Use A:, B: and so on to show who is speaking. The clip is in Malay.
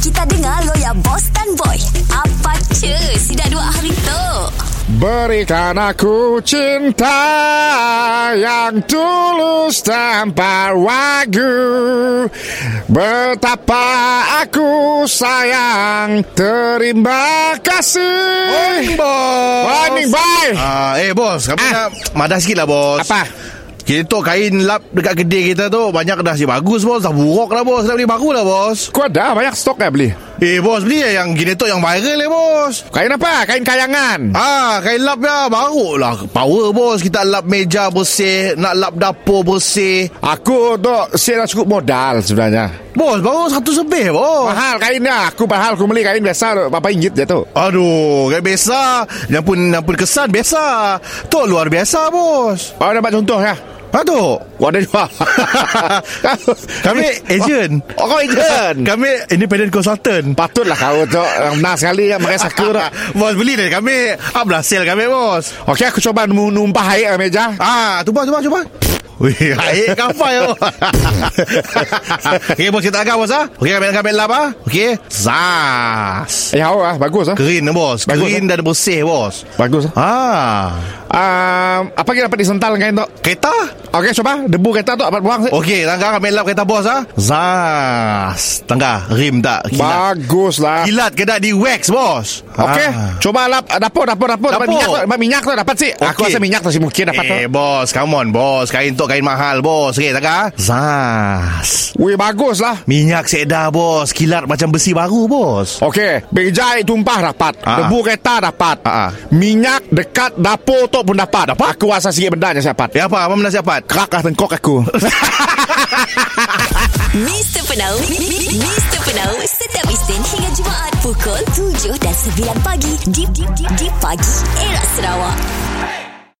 A: Kita dengar lo ya Boss dan Boy Apa cu Sudah dua hari tu
B: Berikan aku cinta yang tulus tanpa ragu Betapa aku sayang terima kasih
C: Bos.
B: Morning bye
C: Eh, Ah, eh bos, kami
B: Ah.
C: nak madah sikit lah bos.
B: Apa?
C: Kita tu kain lap dekat kedai kita tu banyak dah si bagus bos. Dah buruk lah bos. Nak beli baru lah bos.
B: Kau ada banyak stok ya beli?
C: Eh bos, beli lah yang gini tu yang viral eh bos.
B: Kain apa? Kain kayangan
C: Ah, kain lap ya baru lah power bos. Kita lap meja bersih, nak lap dapur bersih.
B: Aku tu saya dah cukup modal sebenarnya
C: Bos, baru satu sebeh bos.
B: Mahal kainnya Aku mahal Aku beli kain biasa Berapa ringgit je tu
C: Aduh, kayak biasa. Yang pun yang pun kesan biasa. Tu luar biasa bos.
B: Oh dapat contoh ya
C: Ha tu.
B: Kau ada juga
C: Kami agent.
B: Oh kau agent
C: Kami independent consultant.
B: Patutlah kau tu Yang benar sekali Yang pakai saku tu
C: bos beli dari kami. Ah, berhasil kami bos.
B: Okey aku cuba nu- numpah air ke meja
C: Ah, tu bos, tu bos, tu bos. Wih, air kapal yo. Okey bos kita agak bos ah. Okey kami kami lap ah. Okey. Zas.
B: Ya awak lah Bagus lah
C: Green eh, bos.
B: Bagus,
C: Green dan bersih bos.
B: Bagus lah
C: Ah.
B: um, Apa kita dapat disental kain tu
C: Kereta?
B: Okey cuba Debu kereta tu dapat buang oh,
C: Okey, tangga kami lap kereta bos ah. Zas. Tangga rim tak kilat.
B: Bagus lah
C: Kilat ke tak di wax bos.
B: Okey
C: Ah.
B: Cuba lap Dapur dapur dapur Dapat
C: Dapur.
B: minyak tu Dapat minyak tu dapat sih Aku
C: Okey.
B: rasa minyak tu sih mungkin dapat tu
C: Eh bos Come on bos Kain tu kain mahal bos Okay tak ah? Zas
B: Wih bagus lah
C: Minyak sedah bos Kilat macam besi baru bos
B: Okey, bejai tumpah dapat,
C: Ah.
B: debu kereta dapat,
C: Ah.
B: minyak dekat dapur tu pun dapat. dapat? Aku rasa sikit benda je dapat.
C: Eh apa Apa menasihat
B: Kerak lah tengkok aku.
A: Mr. Penau mi- mi- Mr. Penau Setiap Isnin hingga Jumaat Pukul 7 dan 9 pagi Di, di, di, di pagi Era Sarawak